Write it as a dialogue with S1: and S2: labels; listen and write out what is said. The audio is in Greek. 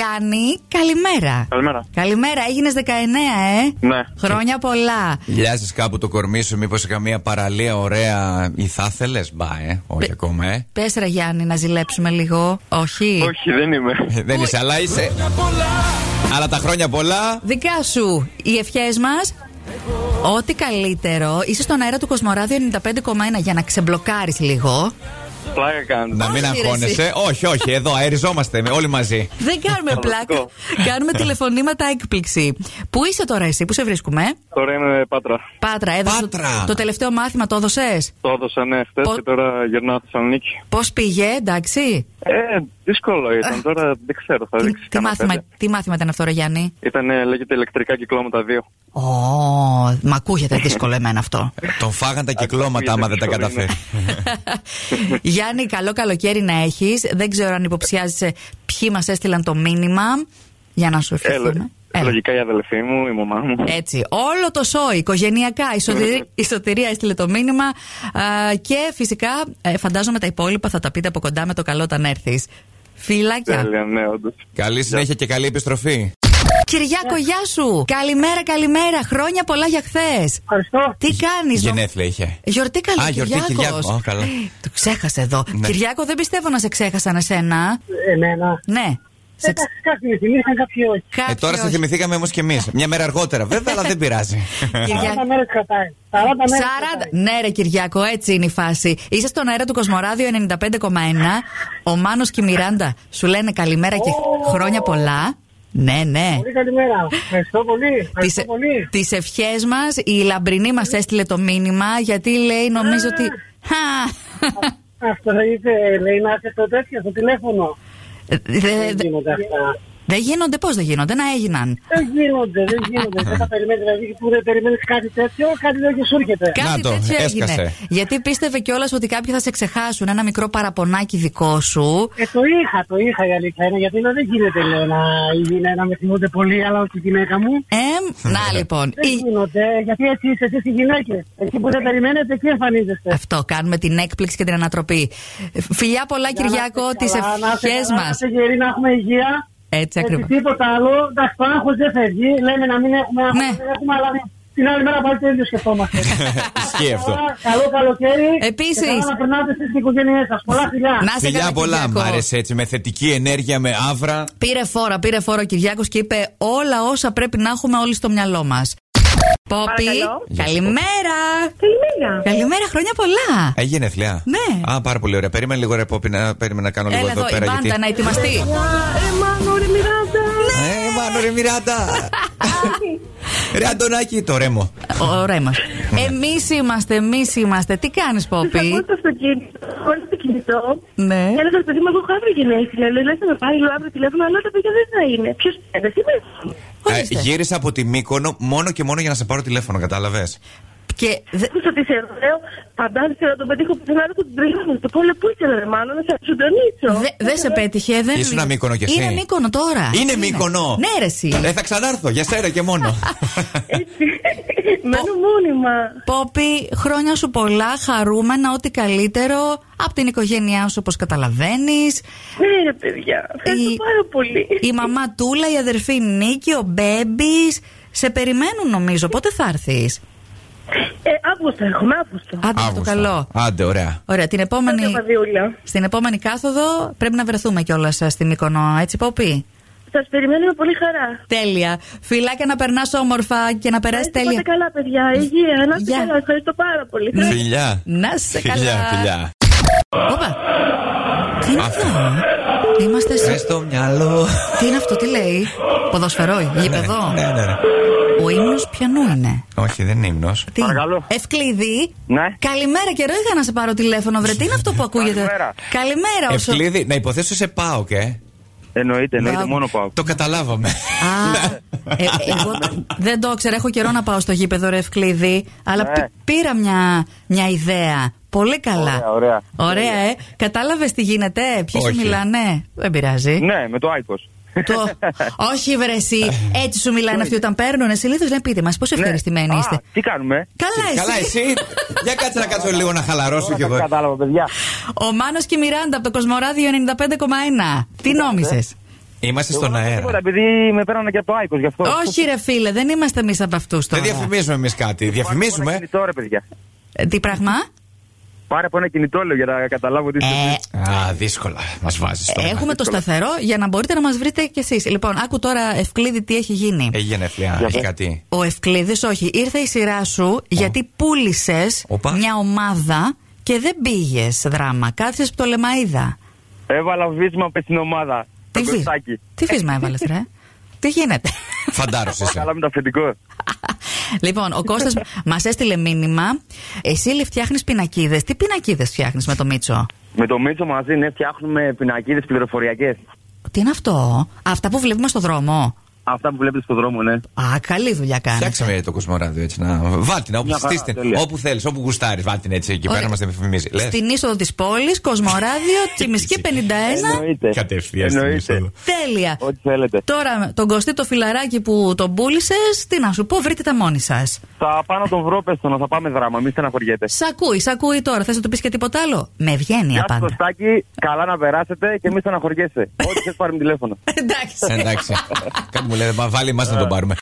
S1: Γιάννη, καλημέρα.
S2: Καλημέρα.
S1: Καλημέρα, έγινες 19, ε.
S2: Ναι.
S1: Χρόνια πολλά.
S3: Λιάζει κάπου το κορμί σου, μήπως σε καμία παραλία ωραία ή θα ήθελε. Μπα, ε. Όχι ακόμα, ε.
S1: Πες ρε Γιάννη να ζηλέψουμε λίγο. Όχι.
S2: Όχι, δεν είμαι.
S3: Ε, Δεν είσαι, αλλά είσαι. Αλλά τα χρόνια πολλά.
S1: Δικά σου οι ευχές μας. Ό,τι καλύτερο. Είσαι στον αέρα του Κοσμοράδιου 95,1 για να ξεμπλοκάρεις λίγο.
S2: Πλάκα κάνετε.
S3: Να μην
S1: Όχι, ρε,
S3: αγχώνεσαι. Όχι, όχι, εδώ αεριζόμαστε με- όλοι μαζί.
S1: Δεν κάνουμε πλάκα. κάνουμε τηλεφωνήματα έκπληξη. Πού είσαι τώρα εσύ, πού σε βρίσκουμε, ε?
S2: Τώρα είμαι πάτρα.
S1: Πάτρα, έδωσε το-
S3: Πάτρα.
S1: Το, τελευταίο μάθημα, το έδωσες.
S2: Το έδωσα ναι χθες
S1: Πο-
S2: και τώρα γυρνάω Θεσσαλονίκη.
S1: Πώς πήγε, εντάξει.
S2: Ε, δύσκολο ήταν τώρα, δεν ξέρω, θα
S1: Τι,
S2: δείξει.
S1: τι,
S2: κανένα
S1: μάθημα,
S2: πέντε.
S1: τι μάθημα ήταν αυτό, ρε Γιάννη.
S2: Ήταν, ε, λέγεται ηλεκτρικά κυκλώματα 2.
S1: Ω, μ' ακούγεται δύσκολο εμένα αυτό.
S3: Τον φάγαν τα κυκλώματα άμα δεν τα
S2: δύσκολο είναι.
S3: καταφέρει.
S1: Γιάννη, καλό καλοκαίρι να έχεις. Δεν ξέρω αν υποψιάζεσαι ποιοι μας έστειλαν το μήνυμα. Για να σου
S2: Ε, λο-
S1: ευχηθούμε. Έλα.
S2: λογικά η αδελφή μου, η μαμά μου.
S1: Έτσι, όλο το σόι, οικογενειακά, η σωτηρία, η σωτηρία έστειλε το μήνυμα Α, και φυσικά ε, φαντάζομαι τα υπόλοιπα θα τα πείτε από κοντά με το καλό όταν έρθεις. Φιλάκια.
S2: Τέλεια, ναι, όντως.
S3: Καλή συνέχεια και καλή επιστροφή.
S1: Κυριάκο, γεια σου! Καλημέρα, καλημέρα! Χρόνια πολλά για χθες!
S4: Ευχαριστώ.
S1: Τι κάνεις νο-
S3: Γενέθλια είχε.
S1: Γιορτή καλή,
S3: Α, γιορτή,
S1: Κυριάκος.
S3: Κυριάκο. Α, καλά.
S1: Το ξέχασε εδώ.
S3: Ναι.
S1: Κυριάκο, δεν πιστεύω να σε ξέχασαν εσένα.
S4: Εμένα.
S1: Ναι. Σε ξε-
S4: Εντάξει, κάποιοι με θυμήθηκαν, κάποιοι όχι.
S3: Ε,
S1: κάποιοι
S3: τώρα σε
S1: όχι.
S3: θυμηθήκαμε όμως και εμείς. Μια μέρα αργότερα, βέβαια, αλλά δεν πειράζει.
S1: Κυριά-
S4: 40 μέρες κρατάει. 40 μέρε.
S1: 40. Ναι, ρε Κυριάκο, έτσι είναι η φάση. Είσαι στον αέρα του Κοσμοράδιο 95,1. Ο Μάνος και η Μιράντα σου λένε καλημέρα και χρόνια πολλά. Ναι, ναι.
S4: Πολύ καλημέρα. Ευχαριστώ πολύ. Ευχαριστώ πολύ.
S1: Τις ευχές μας, η Λαμπρινή μας έστειλε το μήνυμα γιατί λέει, νομίζω ότι. Χα!
S4: Αυτό λέγεται, λέει να είσαι το τέτοιο στο τηλέφωνο.
S1: Δε- Ε, δε-
S4: Δεν γίνονται αυτά.
S1: Δεν γίνονται, πώς δεν γίνονται, να έγιναν.
S4: Δεν γίνονται, δεν γίνονται. Δεν τα περιμένεις. Δηλαδή που δεν περιμένεις κάτι τέτοιο, κάτι τέτοιο σου έρχεται.
S1: Κάτι
S3: το,
S1: τέτοιο έγινε.
S3: έσκασε.
S1: Γιατί πίστευε κιόλας ότι κάποιοι θα σε ξεχάσουν. Ένα μικρό παραπονάκι δικό σου.
S4: Ε, το είχα, το είχα η αλήθεια είναι, γιατί λέω, δεν γίνεται λέω, να, η γυναίκα με θυμούνται πολύ, αλλά όχι η γυναίκα μου.
S1: Ε, να λοιπόν.
S4: Δεν
S1: η- Ε-
S4: γίνονται, γιατί έτσι είστε εσείς οι γυναίκες. Εκεί που δεν περιμένετε, εκεί εμφανίζεστε.
S1: Αυτό, κάνουμε την έκπληξη και την ανατροπή. Φιλιά πολλά, Κυριάκο, τι ευχέ μας.
S4: Να είστε γεροί, να έχουμε υγεία.
S1: Έτσι
S4: Έτσι,
S1: ακριβώς.
S4: τίποτα άλλο. Εντάξει, το άγχος δεν φεύγει. Λέμε να μην έχουμε άγχος.
S1: Ναι.
S4: Δεν έχουμε, αλλά την άλλη μέρα πάλι το ίδιο σκεφτόμαστε.
S3: Ισχύει αυτό.
S4: Καλά, Καλό καλοκαίρι.
S1: Επίσης.
S4: Και καλά Να περνάτε εσείς και οι οικογένειέ σας. Πολλά φιλιά.
S1: Να σε
S3: Φιλιά
S1: καλά,
S3: πολλά, μ'
S1: Κυριάκο.
S3: άρεσε έτσι. Με θετική ενέργεια, με άβρα.
S1: Πήρε φόρα, πήρε φόρα ο Κυριάκος και είπε όλα όσα πρέπει να έχουμε όλοι στο μυαλό μας. Πόπι,
S5: Παρακαλώ.
S1: καλημέρα!
S5: Καλημέρα.
S1: Καλημέρα, χρόνια πολλά!
S3: Ε, γενέθλια.
S1: Ναι.
S3: Α, πάρα πολύ ωραία. Περίμενε λίγο ρε Πόπι, να, περίμενε να κάνω λίγο
S1: Έλα
S3: εδώ
S1: εδώ, η
S3: πέρα.
S1: μπάντα να ετοιμαστεί.
S5: Ε, Μάνο, ρε Μιράντα.
S3: Ε, μάνο ρε Μιράντα. ρε Αντωνάκη, το ρέμο.
S1: Ωραία μα. Εμείς είμαστε, εμείς είμαστε. Τι κάνεις,
S5: Τους ακούω
S1: Πόπι.
S5: στο αυτοκίνητο, χωρίς το κινητό.
S1: Ναι.
S5: Και έλεγα, παιδί μου, εγώ έχω αύριο γενέθλια. Λέω, λες να με πάρει λέω, αύριο τηλέφωνο, αλλά τα παιδιά δεν θα είναι. Ποιος είναι, δεν είμαι.
S3: Ε,
S1: Ορίστε.
S3: γύρισα από τη Μύκονο μόνο και μόνο για να σε πάρω τηλέφωνο, κατάλαβες.
S1: Και δε-
S5: Ακούσα τι σε λέω, φαντάζεσαι να τον πετύχω πουθενά, δεν τον τρίγωνο. Το πόλε, πού είσαι, ρε Μάνο, να σε συντονίσω.
S1: δε- δεν
S5: ε?
S1: σε πέτυχε, δεν.
S3: Ήσουν Μύκονο κι εσύ.
S1: Είναι Μύκονο τώρα.
S3: Είναι Μύκονο.
S1: Ναι, ρε, εσύ.
S3: Ε, θα ξανάρθω για σένα και μόνο.
S5: Έτσι. Μένω μόνιμα.
S1: Πόπι, χρόνια σου πολλά, χαρούμενα, ό,τι καλύτερο από την οικογένειά σου όπως καταλαβαίνεις.
S5: Ναι, ρε παιδιά, ευχαριστώ
S1: Η-
S5: πάρα πολύ.
S1: Η μαμά Τούλα, η αδερφή Νίκη, ο Μπέμπης, σε περιμένουν νομίζω, πότε θα έρθεις.
S5: Ε, Αύγουστο έρχομαι, Αύγουστο.
S1: Άντε με το
S3: Αύγουστο.
S1: καλό.
S3: Άντε, ωραία.
S1: Ωραία, την επόμενη,
S5: Άντε, Παδιούλα.
S1: στην επόμενη κάθοδο πρέπει να βρεθούμε κιόλας στη Μύκονο, έτσι Πόπι.
S5: Σας περιμένω με πολύ χαρά.
S1: Τέλεια. Φιλάκια να περνάς όμορφα και να περάσεις
S5: Να είστε
S1: τέλεια.
S5: πάντα καλά, παιδιά. Υγεία. Να είστε
S1: Γεια.
S5: καλά. Ευχαριστώ πάρα πολύ.
S3: Φιλιά.
S1: Ναι. Να σε καλά.
S3: Φιλιά, φιλιά.
S1: Όπα. Τι είναι αυτό. Είμαστε σε
S3: Μες στο μυαλό.
S1: Τι είναι αυτό, τι λέει. Ποδοσφαιρό, γήπεδο.
S3: Ναι, ναι, ναι.
S1: Ο ύμνος πιανού είναι.
S3: Όχι, δεν είναι ύμνος.
S1: Τι.
S2: Παρακαλώ.
S1: Ευκλήδη.
S2: Ναι.
S1: Καλημέρα, καιρό είχα να σε πάρω τηλέφωνο, βρε. Τι είναι αυτό που ακούγεται.
S2: Καλημέρα.
S1: Καλημέρα, όσο.
S3: Ευκλήδη, να υποθέσω σε πάω και.
S2: Εννοείται, εννοείται,
S1: Μπράβο.
S2: μόνο πάω.
S3: Το καταλάβαμε.
S1: Α, ε, ε, εγώ δεν το ήξερα. Έχω καιρό να πάω στο γήπεδο, ρε Ευκλήδη. Αλλά
S2: Ναι.
S1: πή- πήρα μια, μια ιδέα. Πολύ καλά.
S2: Ωραία, ωραία. Ναι,
S1: Ωραία, ε. Κατάλαβες τι γίνεται, ποιοι σου
S3: Όχι.
S1: μιλάνε. Δεν πειράζει.
S2: Ναι, με το Ναι. Άικος.
S1: ε. Το... Όχι, βρεσί. Έτσι σου μιλάνε αυτοί όταν παίρνουν. Συνήθως λένε πείτε μας πόσο ευχαριστημένοι
S2: Ναι. Α,
S1: είστε.
S2: Τι κάνουμε.
S1: Καλά, εσύ.
S3: Καλά, εσύ. Για κάτσε να κάτσω λίγο να χαλαρώσω κι εγώ.
S2: Κατάλαβα, παιδιά.
S1: Ο Μάνος και η Μιράντα από το Κοσμοράδιο 95,1. Τι νόμισες.
S3: Είμαστε στον
S2: Εγώ,
S3: αέρα.
S2: τίποτα, Επειδή με πέρανε και από το Άικος γι' αυτό.
S1: Όχι, ρε φίλε, δεν είμαστε εμείς από αυτούς
S3: Δεν
S1: τώρα.
S3: διαφημίζουμε εμείς κάτι.
S2: Πάρε από ένα
S3: Διαφημίζουμε.
S2: κινητό, ρε παιδιά.
S1: Ε, Τι πράγμα.
S2: Πάρε από ένα κινητό, λέω, για να καταλάβω τι.
S1: Ε,
S3: Α, δύσκολα. Μας βάζεις τώρα.
S1: Έχουμε το σταθερό για να μπορείτε να μας βρείτε κι εσείς. Λοιπόν, άκου τώρα, Ευκλήδη, τι έχει γίνει.
S3: Έχει γενέθλια,
S2: Για
S3: έχει
S2: πες.
S3: κάτι.
S1: Ο Ευκλήδης, όχι. Ήρθε η σειρά σου γιατί πούλησες
S3: Οπα.
S1: μια ομάδα και δεν πήγες δράμα. Κάθισε το λεμαίδα.
S2: Έβαλα βίσμα μες την ομάδα.
S1: Ε. Τι,
S2: Το
S1: βι-
S2: κοστάκι.
S1: τι φύσμα έβαλες, ρε. τι γίνεται.
S3: Φαντάρος είσαι.
S2: Καλά με το αφεντικό.
S1: λοιπόν, ο Κώστας μας έστειλε μήνυμα. Εσύ λέει φτιάχνεις πινακίδες. Τι πινακίδες φτιάχνεις με το Μίτσο.
S2: Με το Μίτσο μαζί, ναι, φτιάχνουμε πινακίδες πληροφοριακές.
S1: Τι είναι αυτό. Αυτά που βλέπουμε στο δρόμο.
S2: Αυτά που βλέπεις στον δρόμο, ναι.
S1: Α, καλή δουλειά κάνεις.
S3: Φτιάξαμε το κοσμοράδιο έτσι να. Βάλτινα, όπου
S2: Μια χαρά,
S3: στήστε.
S2: τέλεια.
S3: Όπου θέλεις, όπου γουστάρεις. Βάλτινα έτσι εκεί
S1: Ωραία.
S3: πέρα μα διαφημίζει. Λες.
S1: Στην είσοδο της πόλης, Κοσμοράδιο, Τσιμισκή 51.
S2: Εννοείται.
S3: Κατευθείαν στην είσοδο.
S2: Εννοείται.
S1: Τέλεια.
S2: Ό,τι θέλετε.
S1: Τώρα, τον Κωστή το φιλαράκι που τον πούλησες, τι να σου πω, βρείτε τα μόνοι σας.
S2: Θα πάω να τον βρω, πες το, να θα πάμε δράμα, μην στεναχωριέτε.
S1: Σ' ακούει, σ' ακούει τώρα. Θες να του πεις και τίποτα άλλο. Με ευγένεια
S2: Γεια σας
S1: πάντα.
S2: Κωστάκη, καλά να περάσετε και μην στεναχωριέσαι. Ό,τι θες πάρουμε τηλέφωνο.
S1: Εντάξει.
S3: Εντάξει. Κάτι μου λέει, μα βάλει εμάς να τον πάρουμε.